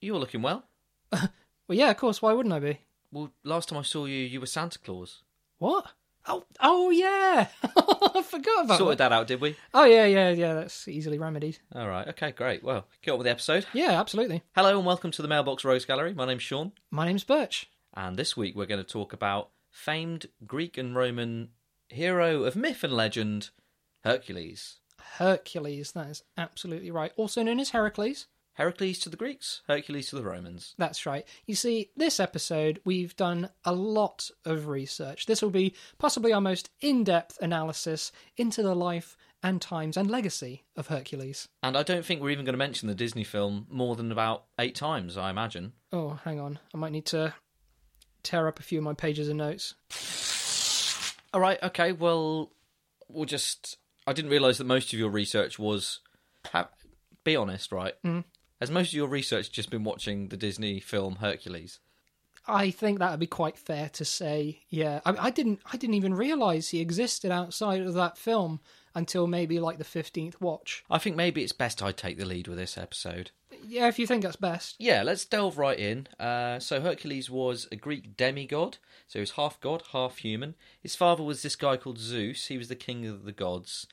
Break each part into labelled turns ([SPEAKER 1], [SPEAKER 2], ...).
[SPEAKER 1] you were looking well.
[SPEAKER 2] Well, yeah, of course. Why wouldn't I be?
[SPEAKER 1] Well, last time I saw you, you were Santa Claus.
[SPEAKER 2] What? Oh, oh yeah. I forgot about
[SPEAKER 1] Sorted
[SPEAKER 2] that.
[SPEAKER 1] that out, did we?
[SPEAKER 2] Oh yeah, yeah, yeah. That's easily remedied.
[SPEAKER 1] All right. Okay, great. Well, get on with the episode.
[SPEAKER 2] Yeah, absolutely.
[SPEAKER 1] Hello and welcome to the Mailbox Rose Gallery. My name's Sean,
[SPEAKER 2] My name's Birch.
[SPEAKER 1] and this week we're going to talk about famed Greek and Roman hero of myth and legend, Hercules.
[SPEAKER 2] Hercules. That is absolutely right. Also known as Heracles.
[SPEAKER 1] Heracles to the Greeks, Hercules to the Romans.
[SPEAKER 2] That's right. You see, this episode, we've done a lot of research. This will be possibly our most in depth analysis into the life and times and legacy of Hercules.
[SPEAKER 1] And I don't think we're even going to mention the Disney film more than about eight times, I imagine.
[SPEAKER 2] Oh, hang on. I might need to tear up a few of my pages of notes.
[SPEAKER 1] All right, okay, well, we'll just. I didn't realise that most of your research was. ha- Be honest, right? Mm. Has most of your research just been watching the Disney film Hercules?
[SPEAKER 2] I think that would be quite fair to say. Yeah, I, I didn't. I didn't even realize he existed outside of that film until maybe like the fifteenth watch.
[SPEAKER 1] I think maybe it's best I take the lead with this episode.
[SPEAKER 2] Yeah, if you think that's best.
[SPEAKER 1] Yeah, let's delve right in. Uh, so Hercules was a Greek demigod, so he was half god, half human. His father was this guy called Zeus. He was the king of the gods.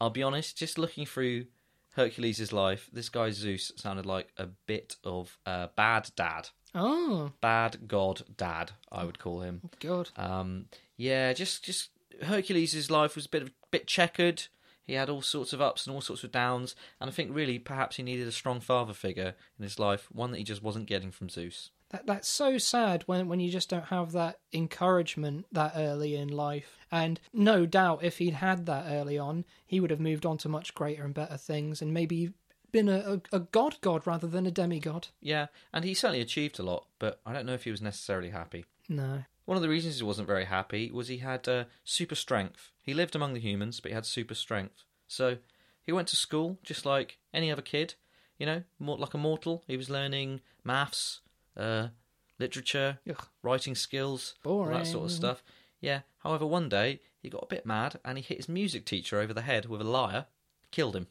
[SPEAKER 1] I'll be honest, just looking through Hercules' life, this guy Zeus sounded like a bit of a bad dad,
[SPEAKER 2] Oh
[SPEAKER 1] bad god dad. I would call him.
[SPEAKER 2] God.
[SPEAKER 1] Um, yeah, just just Hercules' life was a bit of, bit checkered. He had all sorts of ups and all sorts of downs, and I think really perhaps he needed a strong father figure in his life, one that he just wasn't getting from Zeus.
[SPEAKER 2] That that's so sad when when you just don't have that encouragement that early in life. And no doubt, if he'd had that early on, he would have moved on to much greater and better things, and maybe been a, a, a god god rather than a demigod.
[SPEAKER 1] Yeah, and he certainly achieved a lot, but I don't know if he was necessarily happy.
[SPEAKER 2] No.
[SPEAKER 1] One of the reasons he wasn't very happy was he had uh, super strength. He lived among the humans, but he had super strength. So he went to school just like any other kid, you know, more like a mortal. He was learning maths, uh, literature,
[SPEAKER 2] Ugh.
[SPEAKER 1] writing skills, all that sort
[SPEAKER 2] Boring.
[SPEAKER 1] of stuff. Yeah. However, one day he got a bit mad and he hit his music teacher over the head with a lyre, killed him.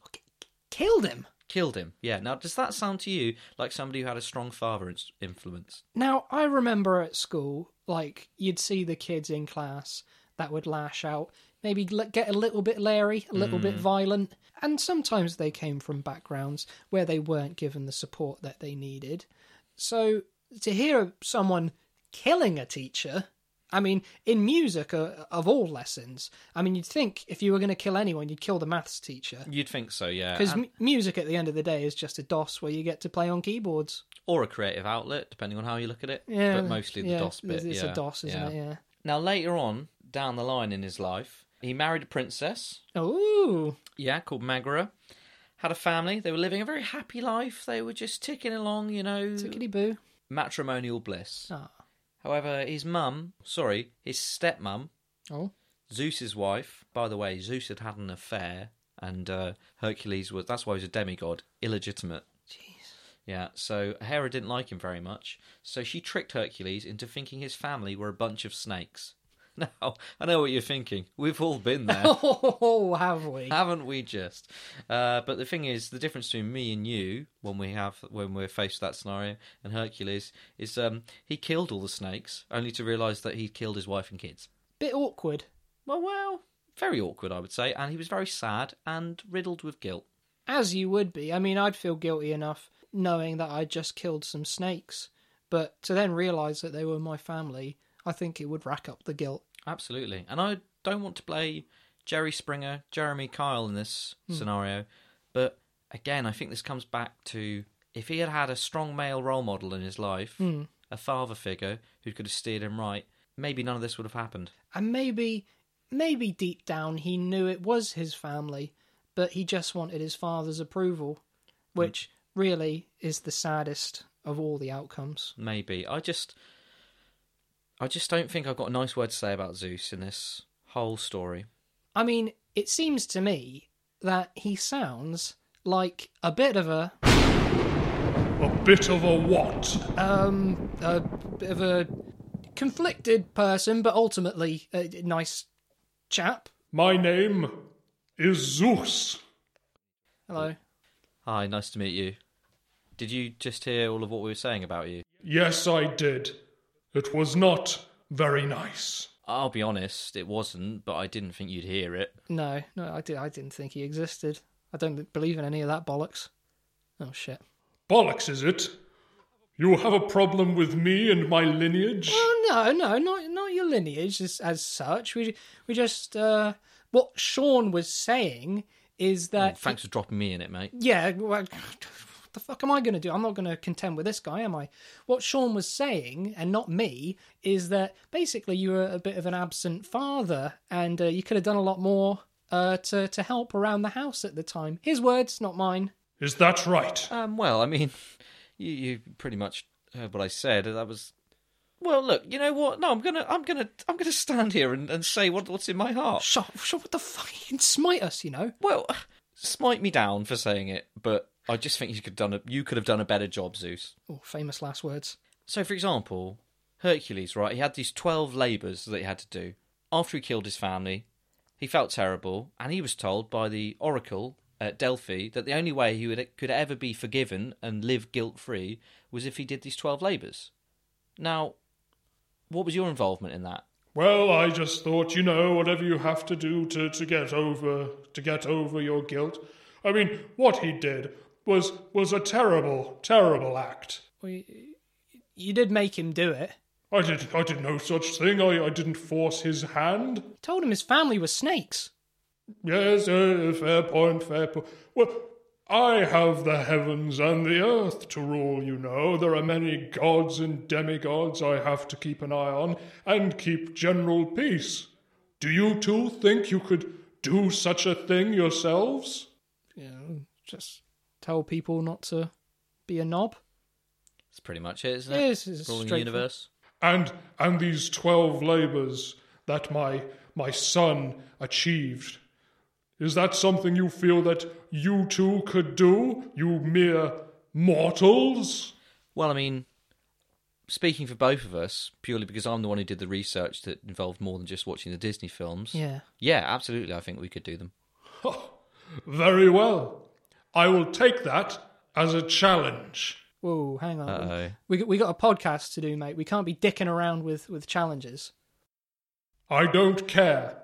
[SPEAKER 2] Killed him.
[SPEAKER 1] Killed him. Yeah. Now, does that sound to you like somebody who had a strong father ins- influence?
[SPEAKER 2] Now, I remember at school, like, you'd see the kids in class that would lash out, maybe l- get a little bit leery, a little
[SPEAKER 1] Mm.
[SPEAKER 2] bit violent, and sometimes they came from backgrounds where they weren't given the support that they needed. So, to hear of someone killing a teacher, I mean, in music uh, of all lessons, I mean, you'd think if you were going to kill anyone, you'd kill the maths teacher.
[SPEAKER 1] You'd think so, yeah.
[SPEAKER 2] Because
[SPEAKER 1] And-
[SPEAKER 2] m- music at the end of the day is just a DOS where you get to play on keyboards.
[SPEAKER 1] or a creative outlet, depending on how you look at it.
[SPEAKER 2] Yeah,
[SPEAKER 1] but mostly the
[SPEAKER 2] yeah,
[SPEAKER 1] DOS bit.
[SPEAKER 2] It's
[SPEAKER 1] yeah,
[SPEAKER 2] a DOS, isn't it? Yeah.
[SPEAKER 1] Now later on down the line in his life, he married a princess,
[SPEAKER 2] Oh,
[SPEAKER 1] yeah, called Magora. Had a family. They were living a very happy life. They were just ticking along, you know,
[SPEAKER 2] tickety boo.
[SPEAKER 1] matrimonial bliss.
[SPEAKER 2] Ah.
[SPEAKER 1] However, his mum, sorry, his stepmum,
[SPEAKER 2] Oh.
[SPEAKER 1] Zeus's wife. By the way, Zeus had had an affair, and uh, Hercules was. That's why he was a demigod, illegitimate.
[SPEAKER 2] Jeez.
[SPEAKER 1] Yeah, so Hera didn't like him very much, so she tricked Hercules into thinking his family were a bunch of snakes. Now, I know what you're thinking. We've all been there,
[SPEAKER 2] Oh, have we?
[SPEAKER 1] haven't we just? Uh, but the thing is, the difference between me and you when we have when we're faced with that scenario and Hercules is um, he killed all the snakes only to realize that he'd killed his wife and kids.
[SPEAKER 2] Bit awkward.
[SPEAKER 1] Well, well, very awkward, I would say, and he was very sad and riddled with guilt.
[SPEAKER 2] As you would be. I mean, I'd feel guilty enough knowing that I just killed some snakes, but to then realise that they were my family, I think it would rack up the guilt.
[SPEAKER 1] Absolutely. And I don't want to play Jerry Springer, Jeremy Kyle in this scenario, but again, I think this comes back to if he had had a strong male role model in his life, a father figure who could have steered him right, maybe none of this would have happened.
[SPEAKER 2] And maybe, maybe deep down he knew it was his family, but he just wanted his father's approval,
[SPEAKER 1] Hmm.
[SPEAKER 2] which really is the saddest of all the outcomes.
[SPEAKER 1] Maybe. I just I just don't think I've got a nice word to say about Zeus in this whole story.
[SPEAKER 2] I mean, it seems to me that he sounds like a bit of a
[SPEAKER 3] A bit of a what?
[SPEAKER 2] um a bit of a conflicted person, but ultimately a nice chap.
[SPEAKER 3] My name is Zeus.
[SPEAKER 2] Hello.
[SPEAKER 1] Hi, nice to meet you. Did you just hear all of what we were saying about you?
[SPEAKER 3] Yes, I did. It was not very nice.
[SPEAKER 1] I'll be honest, it wasn't, but I didn't think you'd hear it.
[SPEAKER 2] No, no, I did. I didn't think he existed. I don't believe in any of that bollocks. Oh shit.
[SPEAKER 3] Bollocks, is it? You have a problem with me and my lineage?
[SPEAKER 2] Oh no, no, not not your lineage as, as such. We we just uh, what Sean was saying is
[SPEAKER 1] Oh,
[SPEAKER 2] that
[SPEAKER 1] thanks for dropping me in it, mate.
[SPEAKER 2] yeah. Well, what the fuck am I going to do? I'm not going to contend with this guy, am I? What Sean was saying, and not me, is that basically you were a bit of an absent father, and uh, you could have done a lot more uh, to to help around the house at the time. His words, not mine.
[SPEAKER 3] Is that right?
[SPEAKER 1] Um, well, I mean, you, you pretty much heard what I said. That was. Well, look, you know what? No, I'm gonna, I'm gonna, I'm gonna stand here and, and say what, what's in my heart.
[SPEAKER 2] Sean, Sean, what the fuck? He can smite us, you know.
[SPEAKER 1] Well, smite me down for saying it, but I just think you could done a, you could have done a better job, Zeus.
[SPEAKER 2] Oh, famous last words.
[SPEAKER 1] So, for example, Hercules, right? He had these 12 labours that he had to do. After he killed his family, he felt terrible, and he was told by the oracle at Delphi that the only way he would, could ever be forgiven and live guilt free was if he did these 12 labours. Now, what was your involvement in that?
[SPEAKER 3] Well, I just thought, you know, whatever you have to do to, to get over to get over your guilt. I mean, what he did was was a terrible, terrible act.
[SPEAKER 2] Well, you, you did make him do it.
[SPEAKER 3] I did I did no such thing. I, I didn't force his hand.
[SPEAKER 2] You told him his family were snakes.
[SPEAKER 3] Yes, uh, fair point, fair point. Well, I have the heavens and the earth to rule, you know. There are many gods and demigods I have to keep an eye on and keep general peace. Do you two think you could do such a thing yourselves?
[SPEAKER 2] You know, just tell people not to be a knob.
[SPEAKER 1] That's pretty much it, isn't
[SPEAKER 2] Yeah,
[SPEAKER 1] it?
[SPEAKER 2] it's- it's
[SPEAKER 1] Ruling the
[SPEAKER 2] straightforward.
[SPEAKER 1] universe.
[SPEAKER 3] And and these twelve labours that my my son achieved. Is that something you feel that you two could do, you mere mortals?
[SPEAKER 1] Well, I mean, speaking for both of us, purely because I'm the one who did the research that involved more than just watching the Disney films.
[SPEAKER 2] Yeah.
[SPEAKER 1] Yeah, absolutely. I think we could do them.
[SPEAKER 3] Very well. I will take that as a challenge.
[SPEAKER 2] Whoa, hang on.
[SPEAKER 1] Uh-oh.
[SPEAKER 2] We we got a podcast to do, mate. We can't be dicking around with with challenges.
[SPEAKER 3] I don't care.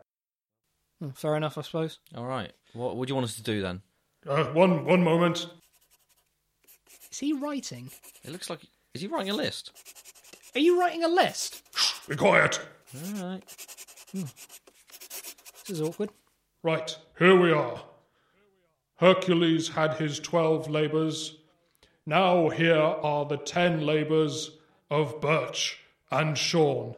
[SPEAKER 2] Hmm, Fair enough, I suppose.
[SPEAKER 1] All right. What, what do you want us to do then?
[SPEAKER 3] Uh, one one moment.
[SPEAKER 2] Is he writing?
[SPEAKER 1] It looks like is he writing a list?
[SPEAKER 2] Are you writing a list?
[SPEAKER 3] Be quiet.
[SPEAKER 1] All right.
[SPEAKER 2] This is awkward.
[SPEAKER 3] Right, here we are. Hercules had his twelve labours. Now here are the ten labours of Birch and Sean.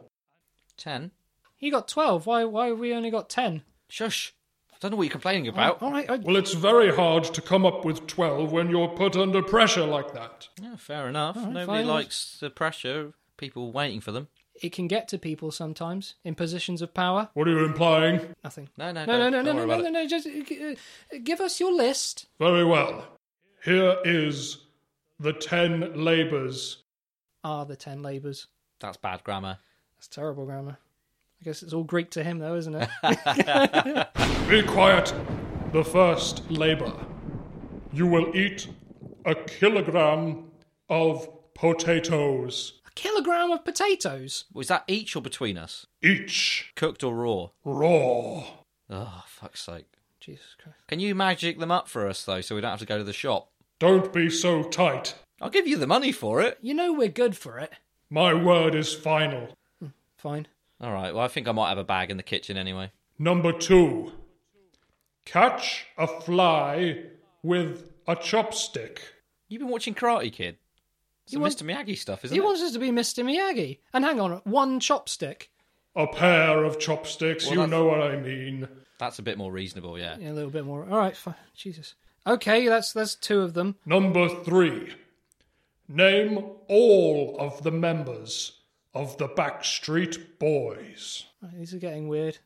[SPEAKER 1] Ten.
[SPEAKER 2] He got twelve. Why why have we only got ten?
[SPEAKER 1] Shush. I don't know what you're complaining about.
[SPEAKER 2] All right. oh, I,
[SPEAKER 3] Well, it's very hard to come up with twelve when you're put under pressure like that.
[SPEAKER 1] Yeah, fair enough.
[SPEAKER 2] All right,
[SPEAKER 1] Nobody
[SPEAKER 2] fine.
[SPEAKER 1] likes the pressure. of People waiting for them.
[SPEAKER 2] it can get to people sometimes in positions of power.
[SPEAKER 3] What are you implying?
[SPEAKER 2] Nothing.
[SPEAKER 1] No, no,
[SPEAKER 2] No, no,
[SPEAKER 1] don't-
[SPEAKER 2] no,
[SPEAKER 1] don't
[SPEAKER 2] no,
[SPEAKER 1] worry
[SPEAKER 2] no,
[SPEAKER 1] about
[SPEAKER 2] no, no,
[SPEAKER 1] it.
[SPEAKER 2] no. Just uh, give us your list.
[SPEAKER 3] Very well. Here is the ten labours.
[SPEAKER 2] Ah, the ten labours.
[SPEAKER 1] That's bad grammar.
[SPEAKER 2] That's terrible grammar. I guess it's all Greek to him, though, isn't it?
[SPEAKER 3] Be quiet. The first labor. You will eat a kilogram of potatoes
[SPEAKER 2] a kilogram of potatoes.
[SPEAKER 1] Was that each or between us?
[SPEAKER 3] each
[SPEAKER 1] Cooked or raw?
[SPEAKER 3] raw.
[SPEAKER 1] Oh, fuck's sake.
[SPEAKER 2] Jesus Christ.
[SPEAKER 1] Can you magic them up for us though, so we don't have to go to the shop?
[SPEAKER 3] Don't be so tight.
[SPEAKER 1] I'll give you the money for it.
[SPEAKER 2] You know we're good for it.
[SPEAKER 3] My word is final.
[SPEAKER 2] Fine.
[SPEAKER 1] All right. Well, I think I might have a bag in the kitchen anyway.
[SPEAKER 3] Number two. Catch a fly with a chopstick.
[SPEAKER 1] You've been watching Karate Kid. It's
[SPEAKER 2] You
[SPEAKER 1] the
[SPEAKER 2] want-
[SPEAKER 1] Mr. Miyagi stuff, isn't
[SPEAKER 2] He
[SPEAKER 1] it?
[SPEAKER 2] wants us to be Mr. Miyagi. And hang on, one chopstick.
[SPEAKER 3] A pair of chopsticks,
[SPEAKER 1] Well,
[SPEAKER 3] you
[SPEAKER 1] that's-
[SPEAKER 3] know what I mean.
[SPEAKER 1] That's a bit more reasonable, yeah.
[SPEAKER 2] Yeah, a little bit more. All right, fine. Jesus. Okay, that's that's two of them.
[SPEAKER 3] Number three. Name all of the members of the Backstreet Boys.
[SPEAKER 2] Right, these are getting weird.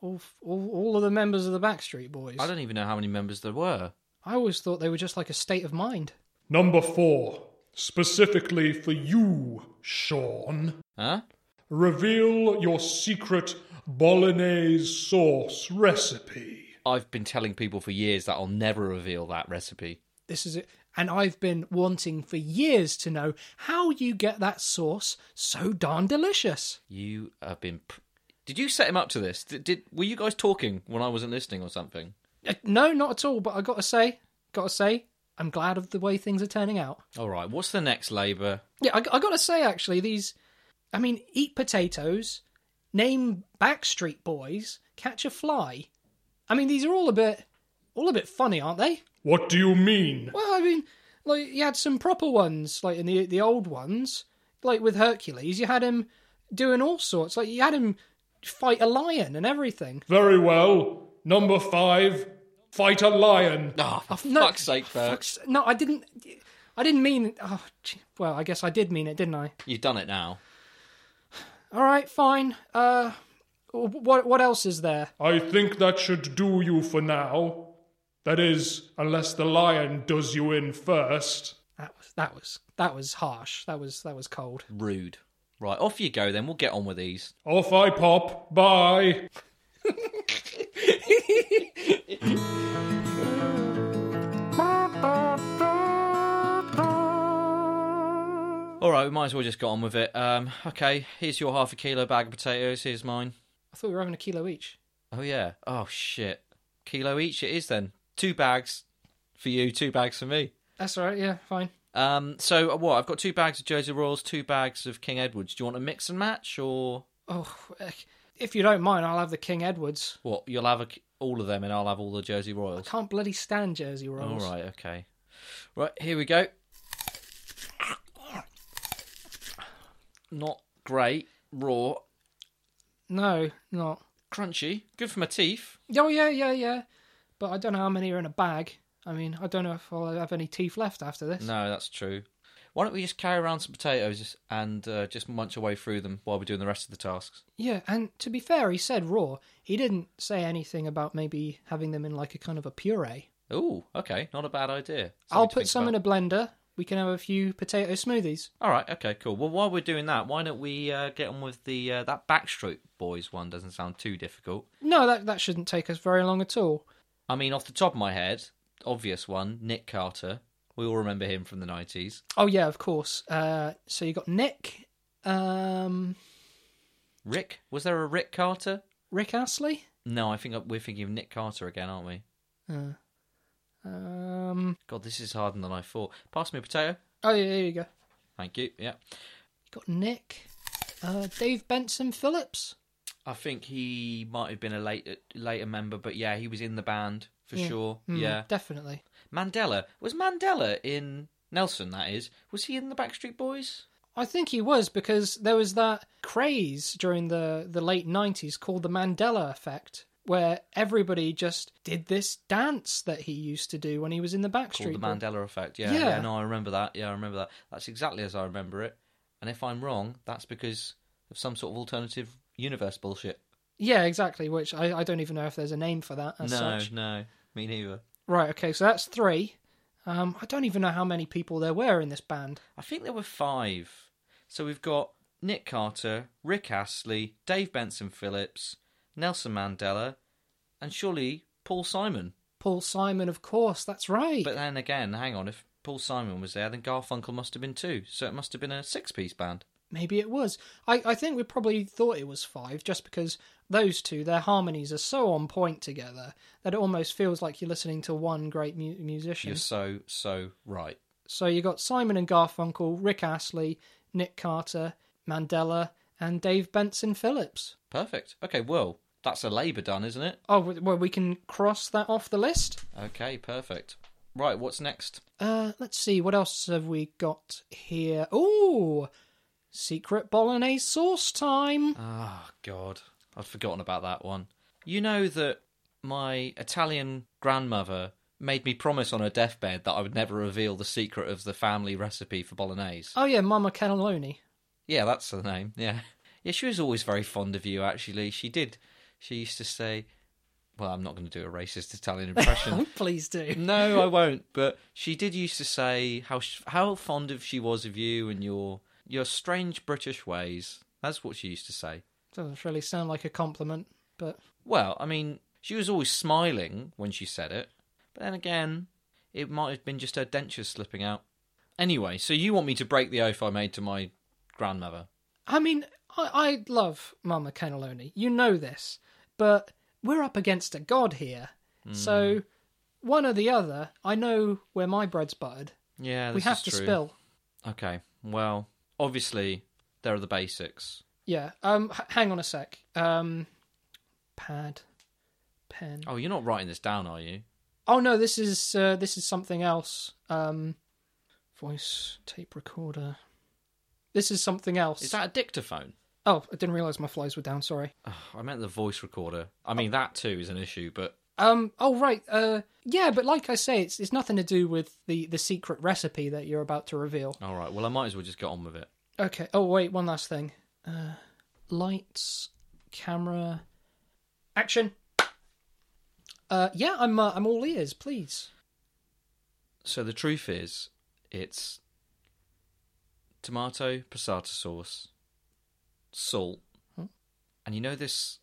[SPEAKER 2] All, all, all of the members of the Backstreet Boys.
[SPEAKER 1] I
[SPEAKER 2] I,
[SPEAKER 1] don't even know how many members there were.
[SPEAKER 2] always thought they were just like a state of mind.
[SPEAKER 3] Number four. Specifically for you, Sean.
[SPEAKER 1] Huh?
[SPEAKER 3] Reveal your secret bolognese sauce recipe.
[SPEAKER 1] I've been telling people for years that I'll never reveal that recipe.
[SPEAKER 2] This is it. And I've been wanting for years to know how you get that sauce so darn delicious.
[SPEAKER 1] You have been. Pr- did you set him up to this? Did, did were you guys talking when I wasn't listening or something?
[SPEAKER 2] Uh, No, not at all, but I gotta say, gotta say, I'm glad of the way things are turning out.
[SPEAKER 1] All right. What's the next labour?
[SPEAKER 2] Yeah, I, I gotta say, actually, these. I mean, eat potatoes, name Backstreet Boys, catch a fly. I mean, these are all a bit, all a bit funny, aren't they?
[SPEAKER 3] What do you mean?
[SPEAKER 2] Well, I mean, like you had some proper ones, like in the the old ones, like with Hercules, you had him doing all sorts. Like you had him fight a lion and everything.
[SPEAKER 3] Very well. Number five, fight a lion.
[SPEAKER 1] Ah, for
[SPEAKER 2] No,
[SPEAKER 1] fuck's sake, Bert.
[SPEAKER 2] fuck's- no, I didn't. I didn't mean. Oh, gee, well, I guess I did mean it, didn't I?
[SPEAKER 1] You've done it now.
[SPEAKER 2] All right, fine. Uh, wh- what what else is there?
[SPEAKER 3] I think that should do you for now. That is, unless the lion does you in first.
[SPEAKER 2] That was that was that was harsh. That was that was cold.
[SPEAKER 1] Rude. Right, off you go then. We'll get on with these.
[SPEAKER 3] Off I pop. Bye.
[SPEAKER 1] All right, we might as well just get on with it. Um, okay, here's your half a kilo bag of potatoes. Here's mine.
[SPEAKER 2] I thought we were having a kilo each.
[SPEAKER 1] Oh yeah. Oh shit. Kilo each. It is then. Two bags for you. Two bags for me.
[SPEAKER 2] That's all right. Yeah, fine.
[SPEAKER 1] Um, so uh, what? I've got two bags of Jersey Royals, two bags of King Edwards. Do you want a mix and match or
[SPEAKER 2] Oh, ec- if you don't mind, I'll have the King Edwards.
[SPEAKER 1] what? You'll have a, all of them, and I'll have all the Jersey Royals.
[SPEAKER 2] Can't bloody stand Jersey
[SPEAKER 1] All
[SPEAKER 2] Rolls.
[SPEAKER 1] right. Okay. Right. Here we go. Not great. Raw.
[SPEAKER 2] No, not.
[SPEAKER 1] Crunchy. Good for my teeth.
[SPEAKER 2] Oh yeah, yeah, yeah. But I don't know how many are in a bag. I mean, I don't know if I'll have any teeth left after this.
[SPEAKER 1] No, that's true. Why don't we just carry around some potatoes and uh, just munch our way through them while we're doing the rest of the tasks?
[SPEAKER 2] Yeah, and to be fair, he said raw. He didn't say anything about maybe having them in like a kind of a puree.
[SPEAKER 1] Ooh, okay, not a bad idea.
[SPEAKER 2] I'll put some in a blender. We can have a few potato smoothies.
[SPEAKER 1] All right, okay, cool. Well, while we're doing that, why don't we uh, get on with the uh, that Backstreet Boys one? Doesn't sound too difficult.
[SPEAKER 2] No, that that shouldn't take us very long at all.
[SPEAKER 1] I mean, off the top of my head, obvious one, Nick Carter. We all remember him from the nineties.
[SPEAKER 2] Oh yeah, of course. Uh, so you got Nick, um,
[SPEAKER 1] Rick, was there a Rick Carter?
[SPEAKER 2] Rick Astley,
[SPEAKER 1] No, I think we're thinking of Nick Carter again, aren't we?
[SPEAKER 2] um,
[SPEAKER 1] God, this is harder than I thought. Pass me a potato.
[SPEAKER 2] oh yeah, there you go.
[SPEAKER 1] Thank you. Yeah.
[SPEAKER 2] Got Nick, uh, Dave Benson Phillips.
[SPEAKER 1] I think he might have been a later later member, but yeah, he was in the band for
[SPEAKER 2] Yeah.
[SPEAKER 1] sure.
[SPEAKER 2] Mm,
[SPEAKER 1] Yeah,
[SPEAKER 2] definitely.
[SPEAKER 1] Mandela was Mandela in Nelson. That is, was he in the Backstreet Boys?
[SPEAKER 2] I think he was because there was that craze during the the late nineties called the Mandela effect, where everybody just did this dance that he used to do when he was in the
[SPEAKER 1] Called
[SPEAKER 2] Backstreet.
[SPEAKER 1] the
[SPEAKER 2] Boys.
[SPEAKER 1] Mandela Effect. Yeah, yeah,
[SPEAKER 2] Yeah.
[SPEAKER 1] No, I remember that. Yeah, I remember that. That's exactly as I remember it. And if I'm wrong, that's because of some sort of alternative universe bullshit.
[SPEAKER 2] Yeah, exactly. Which I, I don't even know if there's a name for that as
[SPEAKER 1] no,
[SPEAKER 2] such.
[SPEAKER 1] no, me neither.
[SPEAKER 2] Right. Okay. So that's three. Um, I don't even know how many people there were in this band.
[SPEAKER 1] I think there were five. So we've got Nick Carter, Rick Astley, Dave Benson Phillips, Nelson Mandela, and surely Paul Simon.
[SPEAKER 2] Paul Simon, of course. That's right.
[SPEAKER 1] But then again, hang on, if Paul Simon was there, then Garfunkel must have been too. So it must have been a six piece band.
[SPEAKER 2] Maybe it was. I, I think we probably thought it was five just because those two, their harmonies are so on point together that it almost feels like you're listening to one great mu- musician.
[SPEAKER 1] You're so, so right.
[SPEAKER 2] So you got Simon and Garfunkel, Rick Astley, Nick Carter, Mandela, and Dave Benson Phillips.
[SPEAKER 1] Perfect. Okay, well, that's a labour done, isn't it?
[SPEAKER 2] Oh, w- well, we can cross that off the list.
[SPEAKER 1] Okay, perfect. Right, what's next?
[SPEAKER 2] Uh, let's see, what else have we got here? Ooh, secret bolognese sauce time.
[SPEAKER 1] Ah, God. I'd forgotten about that one. You know that my Italian grandmother made me promise on her deathbed that I would never reveal the secret of the family recipe for bolognese.
[SPEAKER 2] Oh yeah, Mama Cannelloni.
[SPEAKER 1] Yeah, that's the name. Yeah. Yeah, she was always very fond of you, actually. She did. She used to say, well, I'm not going to do a racist Italian impression.
[SPEAKER 2] Please do.
[SPEAKER 1] no, I won't. But she did used to say how sh- how fond of she was of you and your your strange British ways. That's what she used to say.
[SPEAKER 2] Doesn't really sound like a compliment, but
[SPEAKER 1] Well, I mean, she was always smiling when she said it. But then again, It might have been just her dentures slipping out. Anyway, so you want me to break the oath I made to my grandmother?
[SPEAKER 2] I mean, I, I love Mama Cannelloni. You know this, but we're up against a god here.
[SPEAKER 1] Hmm.
[SPEAKER 2] So, one or the other. I know where my bread's buttered.
[SPEAKER 1] Yeah,
[SPEAKER 2] we
[SPEAKER 1] this
[SPEAKER 2] have
[SPEAKER 1] is
[SPEAKER 2] to
[SPEAKER 1] true.
[SPEAKER 2] spill.
[SPEAKER 1] Okay, well, obviously there are the basics.
[SPEAKER 2] Yeah. Um. h- hang on a sec. Um. Pad, pen.
[SPEAKER 1] Oh, you're not writing this down, are you?
[SPEAKER 2] Oh no, this is uh, this is something else. Um, voice tape recorder. This is something else.
[SPEAKER 1] Is that a dictaphone?
[SPEAKER 2] Oh, I didn't realize my flies were down. Sorry.
[SPEAKER 1] Ugh, I meant the voice recorder. I mean, that too is an issue, but
[SPEAKER 2] Um. Oh right. Uh. Yeah, but like I say, it's it's nothing to do with the the secret recipe that you're about to reveal.
[SPEAKER 1] all right. Well, I might as well just get on with it.
[SPEAKER 2] Okay. Oh wait, one last thing. Uh, lights, camera, action. Uh. Yeah, I'm uh, I'm all ears. Please.
[SPEAKER 1] So the truth is, it's tomato passata sauce, salt, and you know this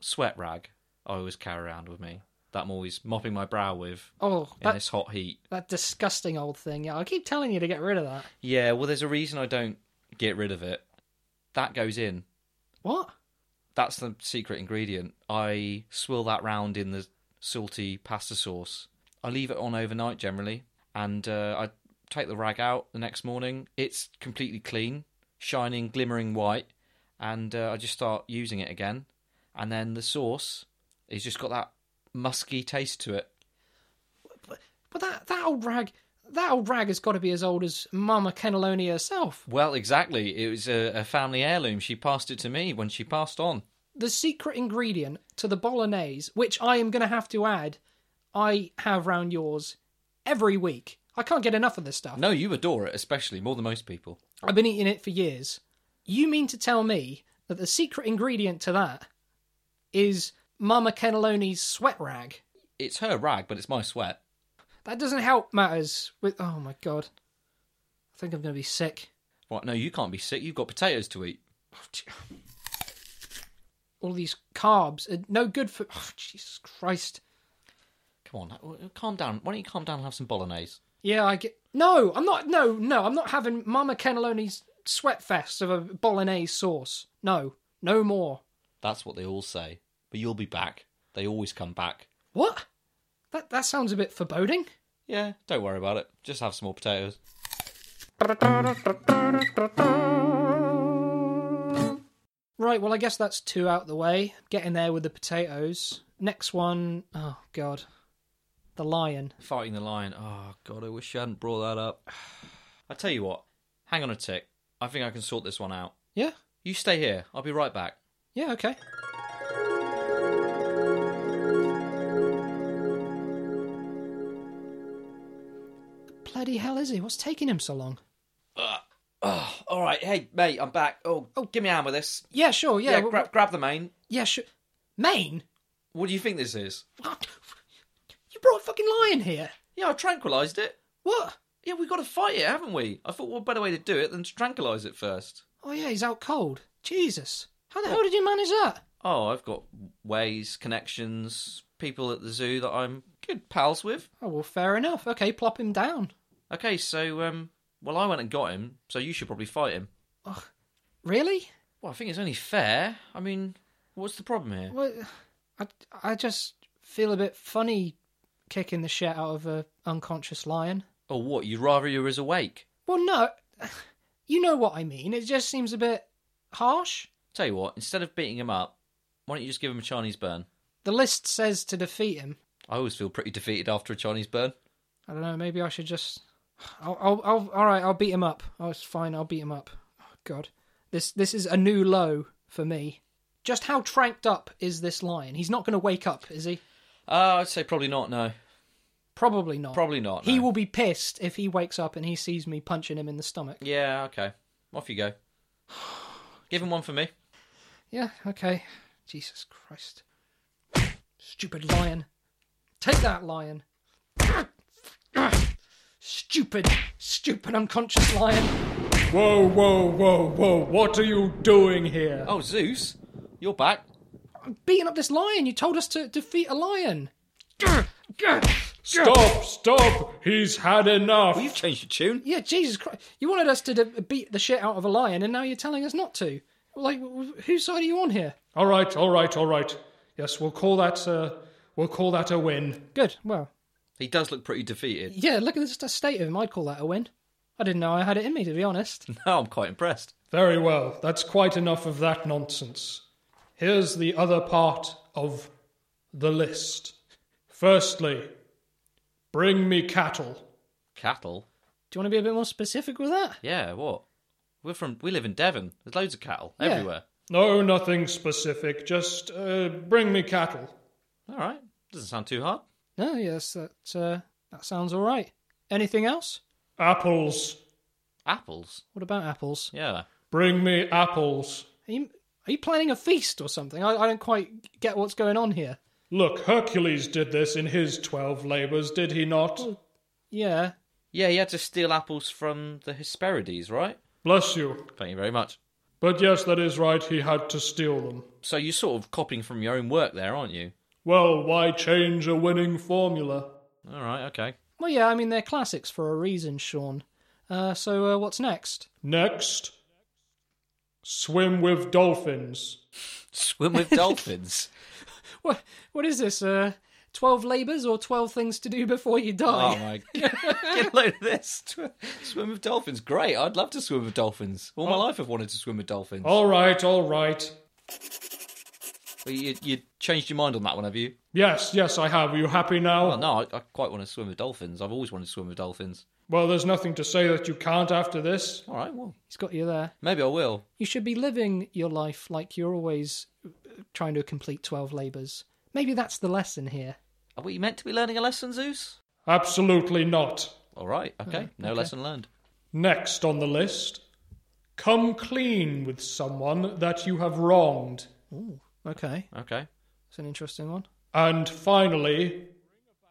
[SPEAKER 1] sweat rag I always carry around with me that I'm always mopping my brow with
[SPEAKER 2] Oh,
[SPEAKER 1] in
[SPEAKER 2] that
[SPEAKER 1] this hot heat.
[SPEAKER 2] that disgusting old thing. Yeah, I keep telling you to get rid of that.
[SPEAKER 1] Yeah, well, there's a reason I don't get rid of it. That goes in.
[SPEAKER 2] What?
[SPEAKER 1] That's the secret ingredient. I swirl that round in the salty pasta sauce. I leave it on overnight generally, and uh, I take the rag out the next morning. It's completely clean, shining, glimmering white, and uh, I just start using it again. And then the sauce, it's just got that musky taste to it.
[SPEAKER 2] But that that old rag, that old rag has got to be as old as Mama Cannelloni herself.
[SPEAKER 1] Well, exactly. It was a, a family heirloom. She passed it to me when she passed on.
[SPEAKER 2] The secret ingredient to the bolognese, which I am going to have to add, I have round yours every week. I can't get enough of this stuff.
[SPEAKER 1] No, you adore it, especially more than most people.
[SPEAKER 2] I've been eating it for years. You mean to tell me that the secret ingredient to that is Mama Cannelloni's sweat rag?
[SPEAKER 1] It's her rag, but it's my sweat.
[SPEAKER 2] That doesn't help matters with. Oh my god. I think I'm going to be sick.
[SPEAKER 1] Right, no, you can't be sick. You've got potatoes to eat.
[SPEAKER 2] All these carbs are no good for. Oh, Jesus Christ.
[SPEAKER 1] Come on, uh, calm down. Why don't you calm down and have some bolognese?
[SPEAKER 2] Yeah, I get. No, I'm not. No, no, I'm not having Mama Cannelloni's sweat fest of a bolognese sauce. No, no more.
[SPEAKER 1] That's what they all say. But you'll be back. They always come back.
[SPEAKER 2] What? That that sounds a bit foreboding.
[SPEAKER 1] Yeah, don't worry about it. Just have some more potatoes.
[SPEAKER 2] Right. Well, I guess that's two out the way. Getting there with the potatoes. Next one oh God, the lion.
[SPEAKER 1] Fighting the lion. Oh, God, I wish you hadn't brought that up. I tell you what, hang on a tick. I think I can sort this one out.
[SPEAKER 2] Yeah.
[SPEAKER 1] You stay here. I'll be right back.
[SPEAKER 2] Yeah. Okay. Bloody hell is he? What's taking him so long?
[SPEAKER 1] Oh, all right. Hey, mate, I'm back. Oh, oh, give me a hand with this.
[SPEAKER 2] Yeah, sure. Yeah,
[SPEAKER 1] Yeah,
[SPEAKER 2] w-
[SPEAKER 1] grab, grab the mane.
[SPEAKER 2] Yeah, sure. Maine?
[SPEAKER 1] What do you think this is?
[SPEAKER 2] What? You brought a fucking lion here.
[SPEAKER 1] Yeah, I tranquilised it.
[SPEAKER 2] What?
[SPEAKER 1] Yeah, we got to fight it, haven't we? I thought, what better way to do it than to tranquilise it first?
[SPEAKER 2] Oh, yeah, he's out cold. Jesus. How the hell did you manage that?
[SPEAKER 1] Oh, I've got ways, connections, people at the zoo that I'm good pals with.
[SPEAKER 2] Oh, well, fair enough. Okay, plop him down.
[SPEAKER 1] Okay, so, um, well, I went and got him, so you should probably fight him.
[SPEAKER 2] Really?
[SPEAKER 1] Well, I think it's only fair. I mean, what's the problem here?
[SPEAKER 2] Well, I, I just feel a bit funny kicking the shit out of a unconscious lion.
[SPEAKER 1] Or Oh, what? You'd rather you was awake?
[SPEAKER 2] Well, no. You know what I mean. It just seems a bit harsh.
[SPEAKER 1] Tell you what, instead of beating him up, why don't you just give him a Chinese burn?
[SPEAKER 2] The list says to defeat him.
[SPEAKER 1] I always feel pretty defeated after a Chinese burn.
[SPEAKER 2] I don't know. Maybe I should just. I'll. I'll. I'll all right. I'll beat him up. Oh, it's fine. I'll beat him up. Oh God, this this is a new low for me. Just how tranked up is this lion? He's not going to wake up, is he?
[SPEAKER 1] Uh, I'd say probably not, no.
[SPEAKER 2] Probably not.
[SPEAKER 1] Probably not.
[SPEAKER 2] He
[SPEAKER 1] no.
[SPEAKER 2] will be pissed if he wakes up and he sees me punching him in the stomach.
[SPEAKER 1] Yeah, okay. Off you go. Give him one for me.
[SPEAKER 2] Yeah. Okay. Jesus Christ. Stupid lion. Take that lion. Stupid, stupid unconscious lion.
[SPEAKER 3] Whoa, whoa, whoa, whoa, what are you doing here?
[SPEAKER 1] Oh, Zeus, you're back.
[SPEAKER 2] I'm beating up this lion. You told us to defeat a lion.
[SPEAKER 3] Stop, stop! He's had enough!
[SPEAKER 1] Well, you've changed your tune.
[SPEAKER 2] Yeah, Jesus Christ. You wanted us to d- beat the shit out of a lion, and now you're telling us not to. Like, w- w- whose side are you on here?
[SPEAKER 3] All right, all right, all right. Yes, we'll call that uh, we'll call that a win.
[SPEAKER 2] Good. Well,
[SPEAKER 1] He does look pretty defeated.
[SPEAKER 2] yeah, look at this the state of him. I'd call that a win. I didn't know I had it in me, to be honest.
[SPEAKER 1] No, I'm quite impressed.
[SPEAKER 3] Very well. That's quite enough of that nonsense. Here's the other part of the list. Firstly, bring me cattle.
[SPEAKER 1] Cattle?
[SPEAKER 2] Do you want to be a bit more specific with that?
[SPEAKER 1] Yeah, what? We're from. We live in Devon. There's loads of cattle
[SPEAKER 2] Yeah.
[SPEAKER 1] everywhere.
[SPEAKER 3] No, nothing specific. Just uh, bring me cattle.
[SPEAKER 1] All right, doesn't sound too hard.
[SPEAKER 2] No, yes, that, uh, that sounds all right. Anything else?
[SPEAKER 3] Apples.
[SPEAKER 1] Apples?
[SPEAKER 2] What about apples?
[SPEAKER 1] Yeah.
[SPEAKER 3] Bring me apples.
[SPEAKER 2] Are you, are you planning a feast or something? I, I don't quite get what's going on here.
[SPEAKER 3] Look, Hercules did this in his twelve labors, did he not?
[SPEAKER 2] Yeah.
[SPEAKER 1] Yeah, he had to steal apples from the Hesperides, right?
[SPEAKER 3] Bless you.
[SPEAKER 1] Thank you very much.
[SPEAKER 3] But yes, that is right, he had to steal them.
[SPEAKER 1] So you're sort of copying from your own work there, aren't you?
[SPEAKER 3] Well, why change a winning formula?
[SPEAKER 1] All right, okay.
[SPEAKER 2] Well, yeah, I mean, they're classics for a reason, Sean. Uh, so, uh, what's next?
[SPEAKER 3] Next, swim with dolphins.
[SPEAKER 1] Swim with dolphins.
[SPEAKER 2] What, what is this? Uh, 12 labours or 12 things to do before you die?
[SPEAKER 1] Oh my god! Get a load of this. Tw- Swim with dolphins. Great. I'd love to swim with dolphins. All my life, I've wanted to swim with dolphins.
[SPEAKER 3] All right, all right.
[SPEAKER 1] Well, You, you changed your mind on that one, have you?
[SPEAKER 3] Yes, yes, I have. Are you happy now?
[SPEAKER 1] Well, no, I, I quite want to swim with dolphins. I've always wanted to swim with dolphins.
[SPEAKER 3] Well, there's nothing to say that you can't after this.
[SPEAKER 1] All right, well,
[SPEAKER 2] He's got you there.
[SPEAKER 1] maybe I will.
[SPEAKER 2] You should be living your life like you're always uh, trying to complete 12 labours. Maybe that's the lesson here.
[SPEAKER 1] Are we meant to be learning a lesson, Zeus?
[SPEAKER 3] Absolutely not.
[SPEAKER 1] All right, okay. no lesson learned.
[SPEAKER 3] Next on the list, come clean with someone that you have wronged.
[SPEAKER 2] Ooh, okay.
[SPEAKER 1] Okay.
[SPEAKER 2] That's an interesting one.
[SPEAKER 3] And finally,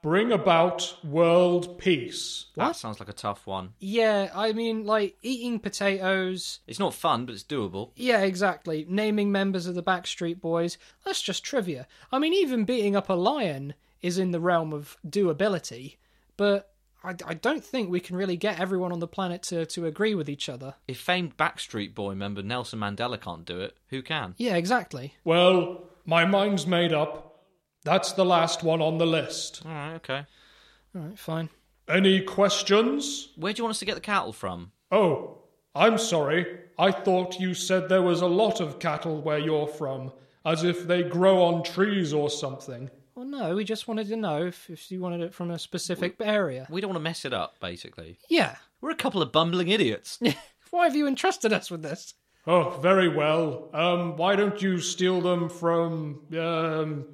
[SPEAKER 3] bring about world peace.
[SPEAKER 1] That sounds like a tough one.
[SPEAKER 2] Yeah, I mean, like, eating potatoes.
[SPEAKER 1] It's not fun, but it's doable.
[SPEAKER 2] Yeah, exactly. Naming members of the Backstreet Boys. That's just trivia. I mean, even beating up a lion is in the realm of doability, but I, I don't think we can really get everyone on the planet to, to agree with each other.
[SPEAKER 1] If famed Backstreet Boy member Nelson Mandela can't do it, who can?
[SPEAKER 2] Yeah, exactly.
[SPEAKER 3] Well, my mind's made up. That's the last one on the list.
[SPEAKER 1] All right, okay.
[SPEAKER 2] All right, fine.
[SPEAKER 3] Any questions?
[SPEAKER 1] Where do you want us to get the cattle from?
[SPEAKER 3] Oh, I'm sorry. I thought you said there was a lot of cattle where you're from, as if they grow on trees or something.
[SPEAKER 2] Well, no, we just wanted to know if, if you wanted it from a specific area.
[SPEAKER 1] We don't want to mess it up, basically.
[SPEAKER 2] Yeah.
[SPEAKER 1] We're a couple of bumbling idiots.
[SPEAKER 2] Why have you entrusted us with this?
[SPEAKER 3] Oh, very well. Um, why don't you steal them from um,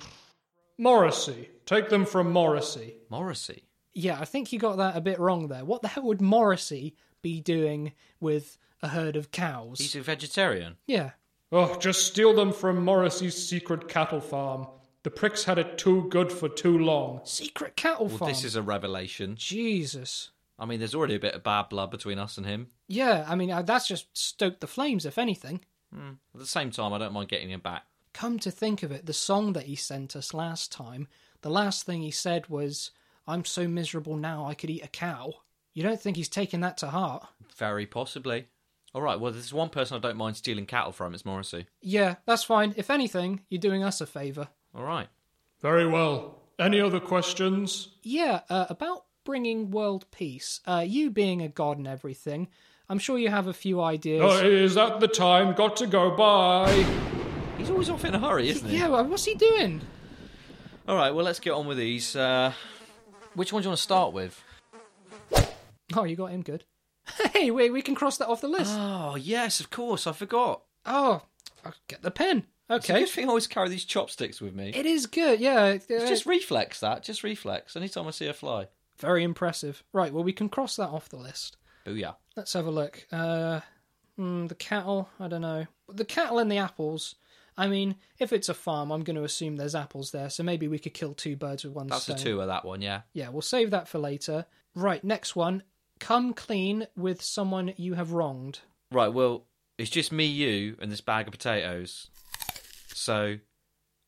[SPEAKER 3] Morrissey? Take them from Morrissey.
[SPEAKER 1] Morrissey.
[SPEAKER 2] Yeah, I think you got that a bit wrong there. What the hell would Morrissey be doing with a herd of cows?
[SPEAKER 1] He's a vegetarian.
[SPEAKER 2] Yeah.
[SPEAKER 3] Oh, just steal them from Morrissey's secret cattle farm. The pricks had it too good for too long.
[SPEAKER 2] Secret cattle
[SPEAKER 1] Well,
[SPEAKER 2] farm.
[SPEAKER 1] this is a revelation.
[SPEAKER 2] Jesus.
[SPEAKER 1] I mean, there's already a bit of bad blood between us and him.
[SPEAKER 2] Yeah, I mean, uh, that's just stoked the flames, if anything.
[SPEAKER 1] At the same time, I don't mind getting him back.
[SPEAKER 2] Come to think of it, the song that he sent us last time, the last thing he said was, I'm so miserable now I could eat a cow. You don't think he's taken that to heart?
[SPEAKER 1] Very possibly. All right, well, there's one person I don't mind stealing cattle from. It's Morrissey.
[SPEAKER 2] Yeah, that's fine. If anything, you're doing us a favour.
[SPEAKER 1] All right.
[SPEAKER 3] Very well. Any other questions?
[SPEAKER 2] Yeah, uh, about bringing world peace, uh, you being a god and everything, I'm sure you have a few ideas.
[SPEAKER 3] Oh, is that the time? Got to go. Bye.
[SPEAKER 1] He's always off in a hurry, isn't he?
[SPEAKER 2] yeah, well, what's he doing?
[SPEAKER 1] All right, well, let's get on with these. Uh, which one do you want to start with?
[SPEAKER 2] Oh, you got him good. hey, wait, we can cross that off the list.
[SPEAKER 1] Oh, yes, of course. I forgot.
[SPEAKER 2] Oh, I'll get the pen.
[SPEAKER 1] Okay.
[SPEAKER 2] Okay.
[SPEAKER 1] Good thing I always carry these chopsticks with me.
[SPEAKER 2] It is good, yeah. Uh, It's
[SPEAKER 1] It's just reflex, that. Just reflex. Anytime I see a fly.
[SPEAKER 2] very impressive. Right, well, we can cross that off the list.
[SPEAKER 1] Booyah.
[SPEAKER 2] Let's have a look. Uh, hmm, the cattle, I don't know. The cattle and the apples. I mean, if it's a farm, I'm going to assume there's apples there, so maybe we could kill two birds with one
[SPEAKER 1] That's
[SPEAKER 2] stone.
[SPEAKER 1] a two of that one, yeah.
[SPEAKER 2] Yeah, we'll save that for later. Right, next one. Come clean with someone you have wronged.
[SPEAKER 1] Right, well, it's just me, you, and this bag of potatoes. So,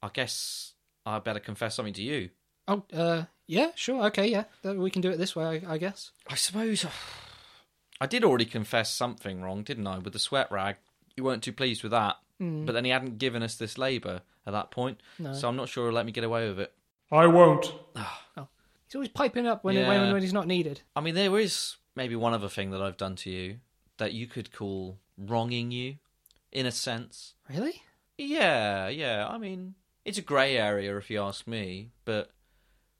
[SPEAKER 1] I guess I better confess something to you.
[SPEAKER 2] Oh, uh, yeah, sure, okay, yeah, Th- we can do it this way, I, I guess.
[SPEAKER 1] I suppose I did already confess something wrong, didn't I, with the sweat rag? You weren't too pleased with that, but then he hadn't given us this labour at that point, so I'm not sure he'll let me get away with it.
[SPEAKER 3] I won't.
[SPEAKER 2] He's always piping up when when,
[SPEAKER 1] Yeah.
[SPEAKER 2] when he's not needed.
[SPEAKER 1] I mean, there is maybe one other thing that I've done to you that you could call wronging you, in a sense.
[SPEAKER 2] Really?
[SPEAKER 1] Yeah, yeah. I mean, it's a grey area if you ask me, but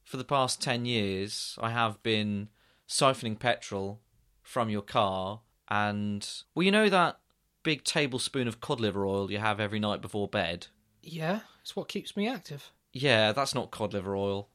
[SPEAKER 1] for the past 10 years, I have been siphoning petrol from your car and well, you know that big tablespoon of cod liver oil you have every night before bed?
[SPEAKER 2] Yeah, it's what keeps me active.
[SPEAKER 1] Yeah, that's not cod liver oil.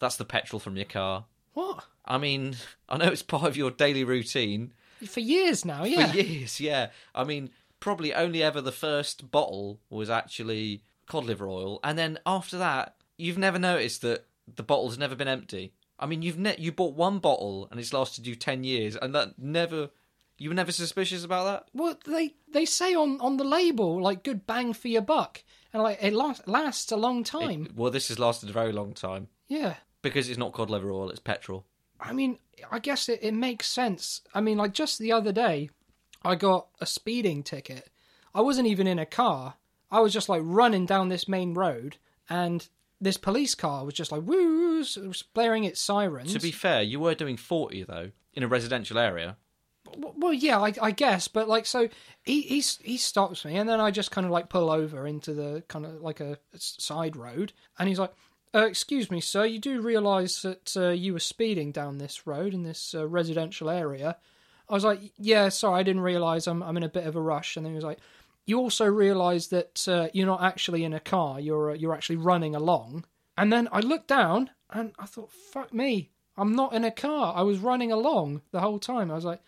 [SPEAKER 1] That's the petrol from your car.
[SPEAKER 2] What?
[SPEAKER 1] I mean, I know it's part of your daily routine,
[SPEAKER 2] For years now, yeah.
[SPEAKER 1] for years. Yeah, I mean, probably only ever the first bottle was actually cod liver oil, and then after that, you've never noticed that the bottle's never been empty. I mean, you've ne- you bought one bottle and it's lasted you ten years, and that never you were never suspicious about that.
[SPEAKER 2] Well, they they say on on the label like good bang for your buck, and like it last, lasts a long time.
[SPEAKER 1] Well, this has lasted a very long time
[SPEAKER 2] yeah.
[SPEAKER 1] because it's not cod liver oil; it's petrol.
[SPEAKER 2] I mean, I guess it, it makes sense. I mean, like just the other day, I got a speeding ticket. I wasn't even in a car. I was just like running down this main road, and this police car was just like woo, s- was blaring its sirens.
[SPEAKER 1] To be fair, you were doing forty though in a residential area.
[SPEAKER 2] W- well, yeah, I, I guess, but like, so he he s- he stops me, and then I just kind of like pull over into the kind of like a s- side road, and he's like, uh, "Excuse me, sir, you do realise that uh, you were speeding down this road in this uh, residential area?" I was like, "Yeah, sorry, I didn't realise. I'm I'm in a bit of a rush," and then he was like. You also realise that uh, you're not actually in a car; you're uh, you're actually running along. And then I looked down, and I thought, "Fuck me! I'm not in a car. I was running along the whole time." I was like,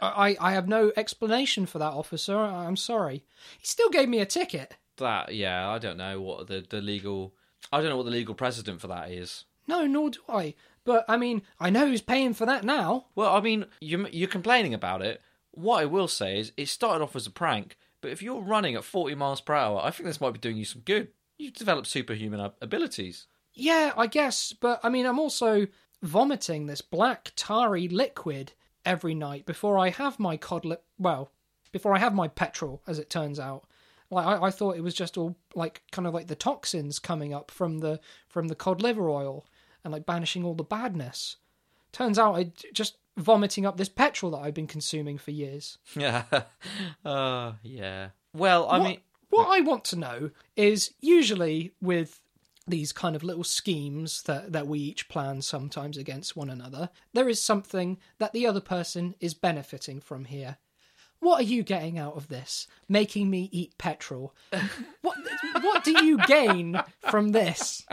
[SPEAKER 2] I, I have no explanation for that, officer. I- I'm sorry. He still gave me a ticket.
[SPEAKER 1] That yeah, I don't know what the the legal. I don't know what the legal precedent for that is.
[SPEAKER 2] No, nor do I. But I mean, I know who's paying for that now.
[SPEAKER 1] Well, I mean, you, you're complaining about it. What I will say is, it started off as a prank, but if you're running at 40 miles per hour, I think this might be doing you some good. You've developed superhuman ab- abilities.
[SPEAKER 2] Yeah, I guess. But I mean, I'm also vomiting this black tarry liquid every night before I have my codlet. Well, before I have my petrol, as it turns out. Like I, I thought it was just all like kind of like the toxins coming up from the from the cod liver oil and like banishing all the badness. Turns out I j- just vomiting up this petrol that I've been consuming for years.
[SPEAKER 1] Yeah. uh, yeah. Well, I
[SPEAKER 2] what,
[SPEAKER 1] mean,
[SPEAKER 2] what I want to know is usually with these kind of little schemes that, that we each plan sometimes against one another, there is something that the other person is benefiting from here. What are you getting out of this? Making me eat petrol. what what do you gain from this?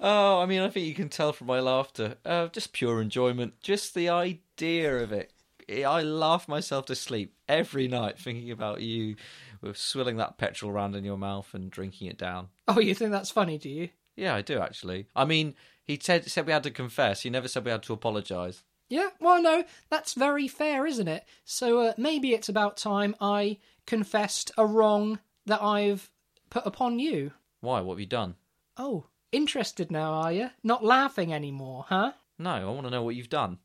[SPEAKER 1] oh, I mean, I think you can tell from my laughter. Uh, just pure enjoyment. Just the idea of it. I laugh myself to sleep every night thinking about you with swilling that petrol round in your mouth and drinking it down.
[SPEAKER 2] Oh, you think that's funny, do you?
[SPEAKER 1] Yeah, I do actually. I mean, he said said we had to confess. He never said we had to apologise.
[SPEAKER 2] Yeah, well, no, that's very fair, isn't it? So uh, maybe it's about time I confessed a wrong that I've put upon you.
[SPEAKER 1] Why? What have you done?
[SPEAKER 2] Oh, interested now, are you? Not laughing anymore, huh?
[SPEAKER 1] No, I want to know what you've done.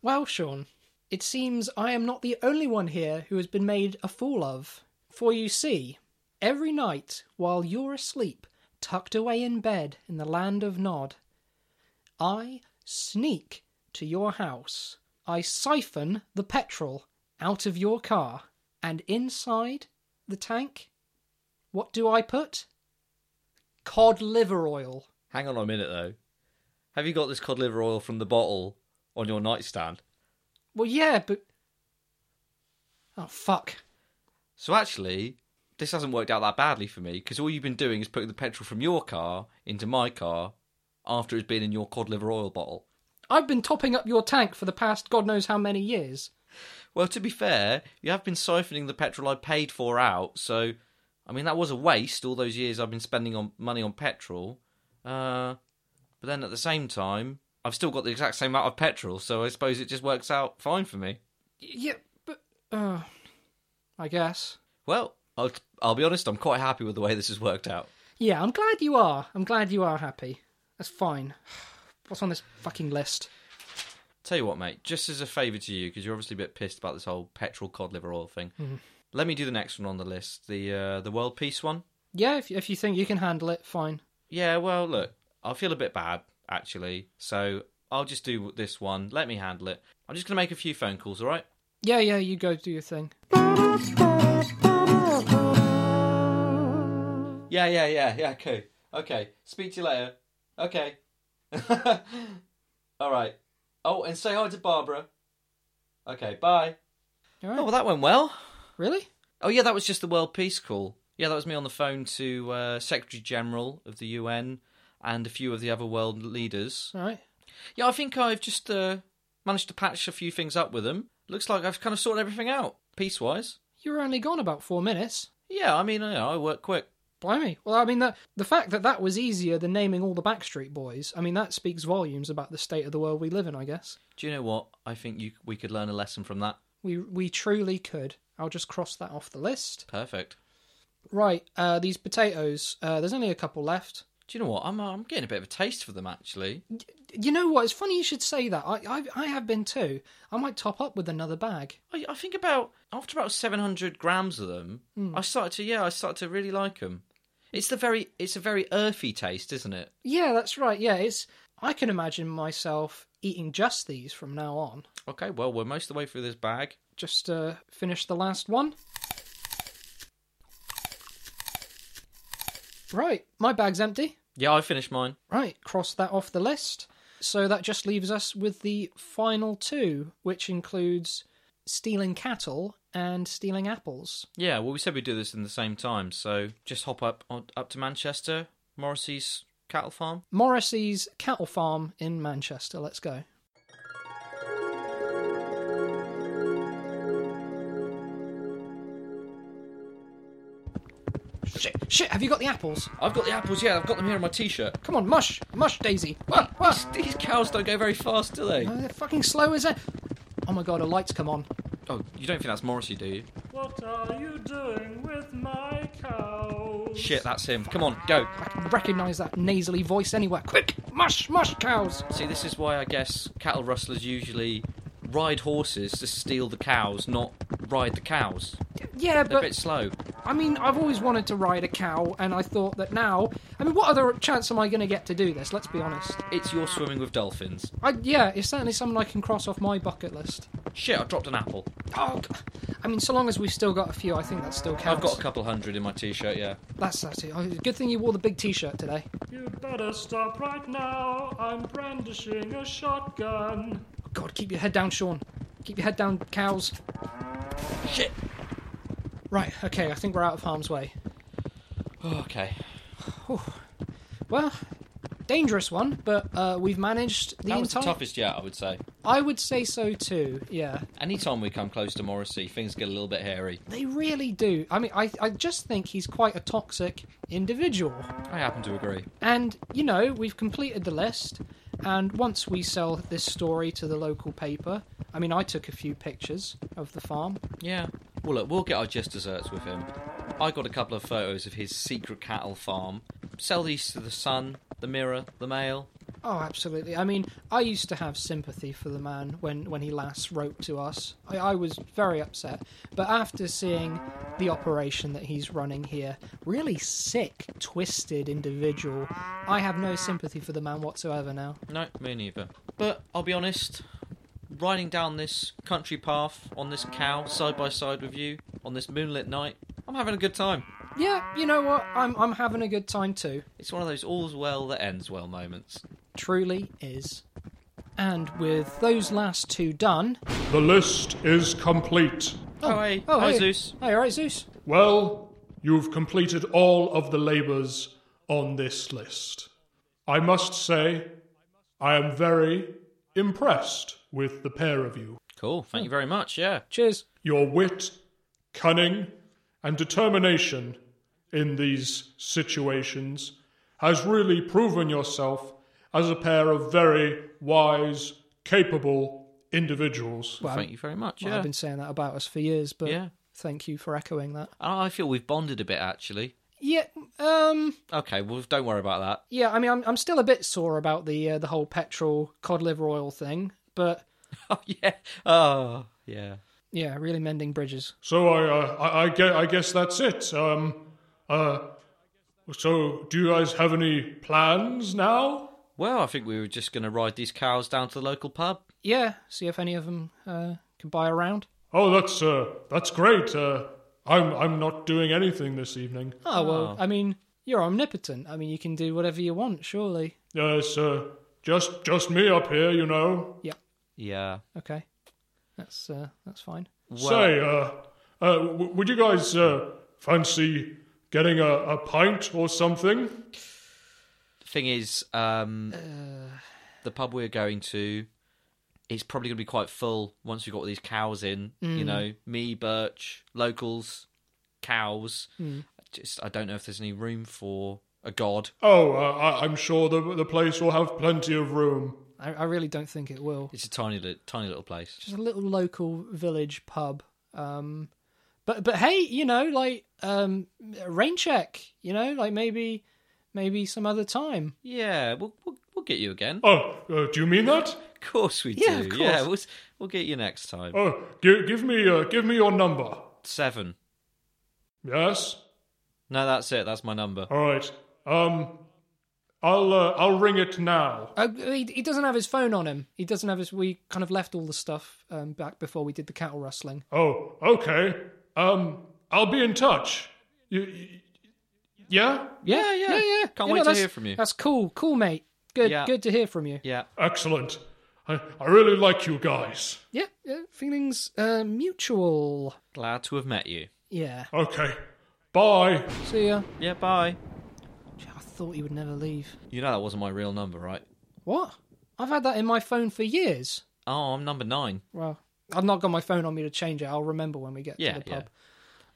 [SPEAKER 2] Well, Sean, it seems I am not the only one here who has been made a fool of. For you see, every night while you're asleep, tucked away in bed in the land of Nod, I sneak to your house. I siphon the petrol out of your car, and inside the tank, what do I put? Cod liver oil.
[SPEAKER 1] Hang on a minute though. Have you got this cod liver oil from the bottle on your nightstand?
[SPEAKER 2] Well, yeah, but oh fuck!
[SPEAKER 1] So actually, this hasn't worked out that badly for me because all you've been doing is putting the petrol from your car into my car after it's been in your cod liver oil bottle.
[SPEAKER 2] I've been topping up your tank for the past god knows how many years.
[SPEAKER 1] Well, to be fair, you have been siphoning the petrol I paid for out, so I mean that was a waste. All those years I've been spending on money on petrol, uh, but then at the same time, I've still got the exact same amount of petrol, so I suppose it just works out fine for me.
[SPEAKER 2] Y- Yeah, but uh, I guess.
[SPEAKER 1] Well, I'll, I'll be honest, I'm quite happy with the way this has worked out.
[SPEAKER 2] Yeah, I'm glad you are. I'm glad you are happy. That's fine. What's on this fucking list?
[SPEAKER 1] Tell you what, mate, just as a favour to you, because you're obviously a bit pissed about this whole petrol cod liver oil thing, let me do the next one on the list the uh, the world peace one.
[SPEAKER 2] Yeah, if, if you think you can handle it, fine.
[SPEAKER 1] Yeah, well, look, I feel a bit bad, actually, so I'll just do this one. Let me handle it. I'm just going to make a few phone calls, all right?
[SPEAKER 2] Yeah, yeah, you go do your thing.
[SPEAKER 1] Yeah, yeah, yeah, yeah, okay. Okay, speak to you later. Okay. all right. Oh, and say hi to Barbara. Okay, bye.
[SPEAKER 2] All right.
[SPEAKER 1] Oh, well, that went well.
[SPEAKER 2] Really?
[SPEAKER 1] Oh yeah, that was just the World Peace Call. Yeah, that was me on the phone to uh, Secretary General of the UN and a few of the other world leaders.
[SPEAKER 2] All right.
[SPEAKER 1] Yeah, I think I've just uh, managed to patch a few things up with them. Looks like I've kind of sorted everything out piecewise.
[SPEAKER 2] You were only gone about four minutes.
[SPEAKER 1] Yeah, I mean, I, I work quick.
[SPEAKER 2] Blimey. Well, I mean, that, the fact that that was easier than naming all the Backstreet Boys, I mean, that speaks volumes about the state of the world we live in, I guess.
[SPEAKER 1] Do you know what? I think you we could learn a lesson from that.
[SPEAKER 2] We, we truly could. I'll just cross that off the list.
[SPEAKER 1] Perfect.
[SPEAKER 2] Right, uh, these potatoes, uh, there's only a couple left.
[SPEAKER 1] Do you know what? I'm uh, I'm getting a bit of a taste for them actually.
[SPEAKER 2] You know what? It's funny you should say that. I, I, I have been too. I might top up with another bag.
[SPEAKER 1] I, I think about after about 700 grams of them, I started to yeah, I started to really like them. It's the very it's a very earthy taste, isn't it?
[SPEAKER 2] Yeah, that's right. Yeah, it's. I can imagine myself eating just these from now on.
[SPEAKER 1] Okay, well we're most of the way through this bag.
[SPEAKER 2] Just uh, finish the last one. Right, my bag's empty.
[SPEAKER 1] Yeah, I finished mine.
[SPEAKER 2] Right, cross that off the list. So that just leaves us with the final two, which includes stealing cattle and stealing apples.
[SPEAKER 1] Yeah, well we said we'd do this in the same time, so just hop up on, up to Manchester, Morrissey's cattle farm.
[SPEAKER 2] Morrissey's cattle farm in Manchester. Let's go. Shit, shit, have you got the apples?
[SPEAKER 1] I've got the apples. Yeah, I've got them here on my t-shirt.
[SPEAKER 2] Come on, mush, mush, Daisy. What, what?
[SPEAKER 1] These cows don't go very fast, do they?
[SPEAKER 2] Oh, they're fucking slow as a. Oh my god, a light's come on.
[SPEAKER 1] Oh, you don't think that's Morrissey, do you?
[SPEAKER 4] What are you doing with my cows?
[SPEAKER 1] Shit, that's him. Come on, go.
[SPEAKER 2] I can recognise that nasally voice anywhere. Quick, mush, mush, cows.
[SPEAKER 1] See, this is why I guess cattle rustlers usually ride horses to steal the cows, not ride the cows.
[SPEAKER 2] Yeah,
[SPEAKER 1] They're
[SPEAKER 2] but
[SPEAKER 1] a bit slow.
[SPEAKER 2] I mean, I've always wanted to ride a cow, and I thought that now. I mean, what other chance am I going to get to do this? Let's be honest.
[SPEAKER 1] It's your swimming with dolphins.
[SPEAKER 2] I, yeah, it's certainly something I can cross off my bucket list.
[SPEAKER 1] Shit, I dropped an apple.
[SPEAKER 2] Oh, g- I mean, so long as we've still got a few, I think that still counts.
[SPEAKER 1] I've got a couple hundred in my t-shirt. Yeah.
[SPEAKER 2] That's that's it. Oh, Good thing you wore the big T-shirt today.
[SPEAKER 4] You better stop right now. I'm brandishing a shotgun.
[SPEAKER 2] God, keep your head down, Sean. Keep your head down, cows.
[SPEAKER 1] Shit.
[SPEAKER 2] Right, okay, I think we're out of harm's way.
[SPEAKER 1] Oh, okay.
[SPEAKER 2] Well, dangerous one, but uh, we've managed the
[SPEAKER 1] That was the
[SPEAKER 2] entire.
[SPEAKER 1] toughest yet, I would say.
[SPEAKER 2] I would say so too. Yeah,
[SPEAKER 1] Anytime we come close to Morrissey, things get a little bit hairy.
[SPEAKER 2] they really do. I mean, I I just think he's quite a toxic individual.
[SPEAKER 1] I happen to agree.
[SPEAKER 2] And you know, we've completed the list, and once we sell this story to the local paper, I mean, I took a few pictures of the farm.
[SPEAKER 1] Yeah. Well, look, we'll get our just desserts with him. I got a couple of photos of his secret cattle farm. Sell these to the Sun, the Mirror, the Mail.
[SPEAKER 2] Oh, absolutely. I mean, I used to have sympathy for the man when, when he last wrote to us. I, I was very upset. But after seeing the operation that he's running here, really sick, twisted individual, I have no sympathy for the man whatsoever now.
[SPEAKER 1] No, me neither. But I'll be honest, riding down this country path on this cow side by side with you on this moonlit night, I'm having a good time.
[SPEAKER 2] Yeah, you know what? I'm, I'm having a good time too.
[SPEAKER 1] It's one of those all's well that ends well moments.
[SPEAKER 2] Truly is. And with those last two done.
[SPEAKER 3] The list is complete.
[SPEAKER 1] Hi. Oh, Hi, Zeus.
[SPEAKER 2] Hi, alright, Zeus.
[SPEAKER 3] Well, you've completed all of the labours on this list. I must say, I am very impressed with the pair of you.
[SPEAKER 1] Cool, thank you very much, yeah.
[SPEAKER 2] Cheers.
[SPEAKER 3] Your wit, cunning, and determination in these situations has really proven yourself as a pair of very wise, capable individuals.
[SPEAKER 2] Well,
[SPEAKER 1] Thank you very much,
[SPEAKER 2] Well,
[SPEAKER 1] yeah.
[SPEAKER 2] I've been saying that about us for years, but
[SPEAKER 1] Yeah. Oh,
[SPEAKER 2] thank you for echoing that.
[SPEAKER 1] I I feel we've bonded a bit actually.
[SPEAKER 2] Yeah, um,
[SPEAKER 1] Okay, well, don't worry about that.
[SPEAKER 2] yeah. I mean, I'm I'm still a bit sore about the uh, the whole petrol cod liver oil thing, but
[SPEAKER 1] Oh yeah. Oh yeah.
[SPEAKER 2] yeah, really mending bridges.
[SPEAKER 3] So I, uh, I, I, guess, I guess that's it. Um, uh, so do you guys have any plans now?
[SPEAKER 1] Well, I think we were just going to ride these cows down to the local pub.
[SPEAKER 2] Yeah, see if any of them uh, can buy a round.
[SPEAKER 3] Oh, that's uh, that's great. Uh, I'm I'm not doing anything this evening.
[SPEAKER 2] Oh well, I mean, you're omnipotent. I mean, you can do whatever you want, surely.
[SPEAKER 3] Yes, uh, just just me up here, you know.
[SPEAKER 1] Yeah.
[SPEAKER 2] Okay, that's uh, that's fine.
[SPEAKER 1] Well,
[SPEAKER 3] Say, uh, uh, w- would you guys uh, fancy getting a, a pint or something?
[SPEAKER 1] thing is, um, the pub we're going to, it's probably going to be quite full once we've got all these cows in. You know, me, Birch, locals, cows. I Just I don't know if there's any room for a god.
[SPEAKER 3] Oh, uh, I, I'm sure the the place will have plenty of room.
[SPEAKER 2] I, I really don't think it will.
[SPEAKER 1] It's a tiny, li- tiny little place.
[SPEAKER 2] just a little local village pub. Um, but but hey, you know, like um, a rain check. You know, like maybe maybe some other time.
[SPEAKER 1] Yeah, we'll we'll, we'll get you again.
[SPEAKER 3] Oh, uh, do you mean that?
[SPEAKER 1] Of course we do.
[SPEAKER 2] Yeah, of course.
[SPEAKER 1] we'll, s- we'll get you next time.
[SPEAKER 3] Oh, give, give me uh, give me your number.
[SPEAKER 1] Seven.
[SPEAKER 3] Yes.
[SPEAKER 1] No, that's it. That's my number.
[SPEAKER 3] All right. Um, I'll uh, I'll ring it now.
[SPEAKER 2] Uh, he, he doesn't have his phone on him. He doesn't have his. We kind of left all the stuff um, back before we did the cattle rustling.
[SPEAKER 3] Oh, okay. Um, I'll be in touch. You, you- yeah.
[SPEAKER 1] Yeah, yeah,
[SPEAKER 2] yeah.
[SPEAKER 1] Can't
[SPEAKER 2] You
[SPEAKER 1] wait to
[SPEAKER 2] know, that's-
[SPEAKER 1] hear from you.
[SPEAKER 2] That's cool, cool, mate. Good,
[SPEAKER 1] Yeah.
[SPEAKER 2] good to hear from you.
[SPEAKER 1] Yeah.
[SPEAKER 3] Excellent. I, I really like you guys.
[SPEAKER 2] Yeah, yeah feelings uh, mutual.
[SPEAKER 1] Glad to have met you.
[SPEAKER 2] Yeah.
[SPEAKER 3] Okay. Bye.
[SPEAKER 2] See ya.
[SPEAKER 1] Yeah, bye.
[SPEAKER 2] Gee, I thought he would never leave.
[SPEAKER 1] You know that wasn't my real number, right?
[SPEAKER 2] What? I've had that in my phone for years.
[SPEAKER 1] Oh, I'm number nine.
[SPEAKER 2] Well, I've not got my phone on me to change it. I'll remember when we get
[SPEAKER 1] Yeah,
[SPEAKER 2] to the
[SPEAKER 1] yeah.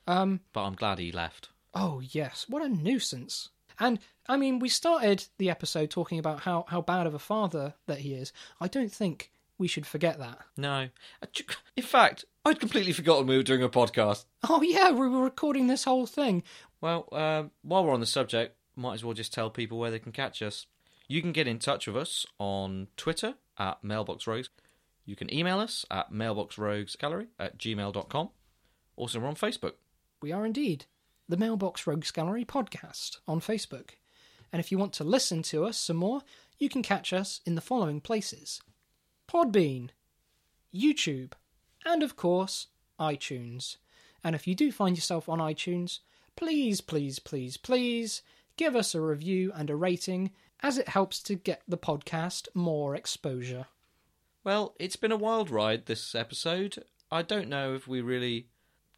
[SPEAKER 2] pub.
[SPEAKER 1] But I'm glad he left.
[SPEAKER 2] Oh yes, what a nuisance! And I mean, we started the episode talking about how how bad of a father that he is. I don't think we should forget that.
[SPEAKER 1] No. Uh, ch- In fact, I'd completely forgotten we were doing a podcast.
[SPEAKER 2] Oh yeah, we were recording this whole thing.
[SPEAKER 1] Well, um, while we're on the subject, might as well just tell people where they can catch us. You can get in touch with us on Twitter at MailboxRogues. You can email us at mailboxroguesgallery at gmail.com. Also, we're on Facebook.
[SPEAKER 2] We are indeed the Mailbox Rogues Gallery podcast on Facebook. And if you want to listen to us some more, you can catch us in the following places Podbean, YouTube, and of course, iTunes. And if you do find yourself on iTunes, please, please, please, please give us a review and a rating as it helps to get the podcast more exposure.
[SPEAKER 1] Well, it's been a wild ride this episode. I don't know if we really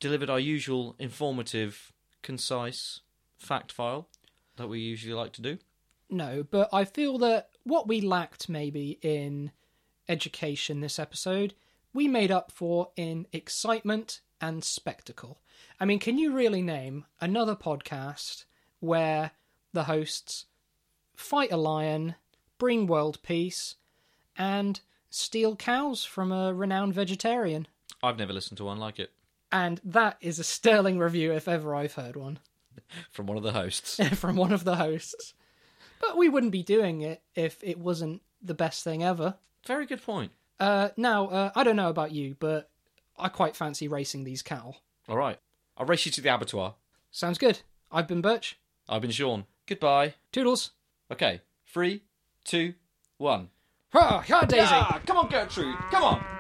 [SPEAKER 1] delivered our usual informative, concise fact file that we usually like to do.
[SPEAKER 2] No, but I feel that what we lacked maybe in education this episode, we made up for in excitement and spectacle. I mean, can you really name another podcast where the hosts fight a lion, bring world peace, and steal cows from a renowned vegetarian?
[SPEAKER 1] I've never listened to one like it
[SPEAKER 2] And that is a sterling review if ever I've heard one.
[SPEAKER 1] from one of the hosts.
[SPEAKER 2] from one of the hosts. But we wouldn't be doing it if it wasn't the best thing ever.
[SPEAKER 1] Very good point.
[SPEAKER 2] Uh, now, uh, I don't know about you, but I quite fancy racing these cattle.
[SPEAKER 1] All right. I'll race you to the abattoir.
[SPEAKER 2] Sounds good. I've been Birch.
[SPEAKER 1] I've been Sean. Goodbye.
[SPEAKER 2] Toodles.
[SPEAKER 1] Okay. Three, two, one.
[SPEAKER 2] Ha! Ha, Daisy!
[SPEAKER 1] Ah, come on, Gertrude. Come on.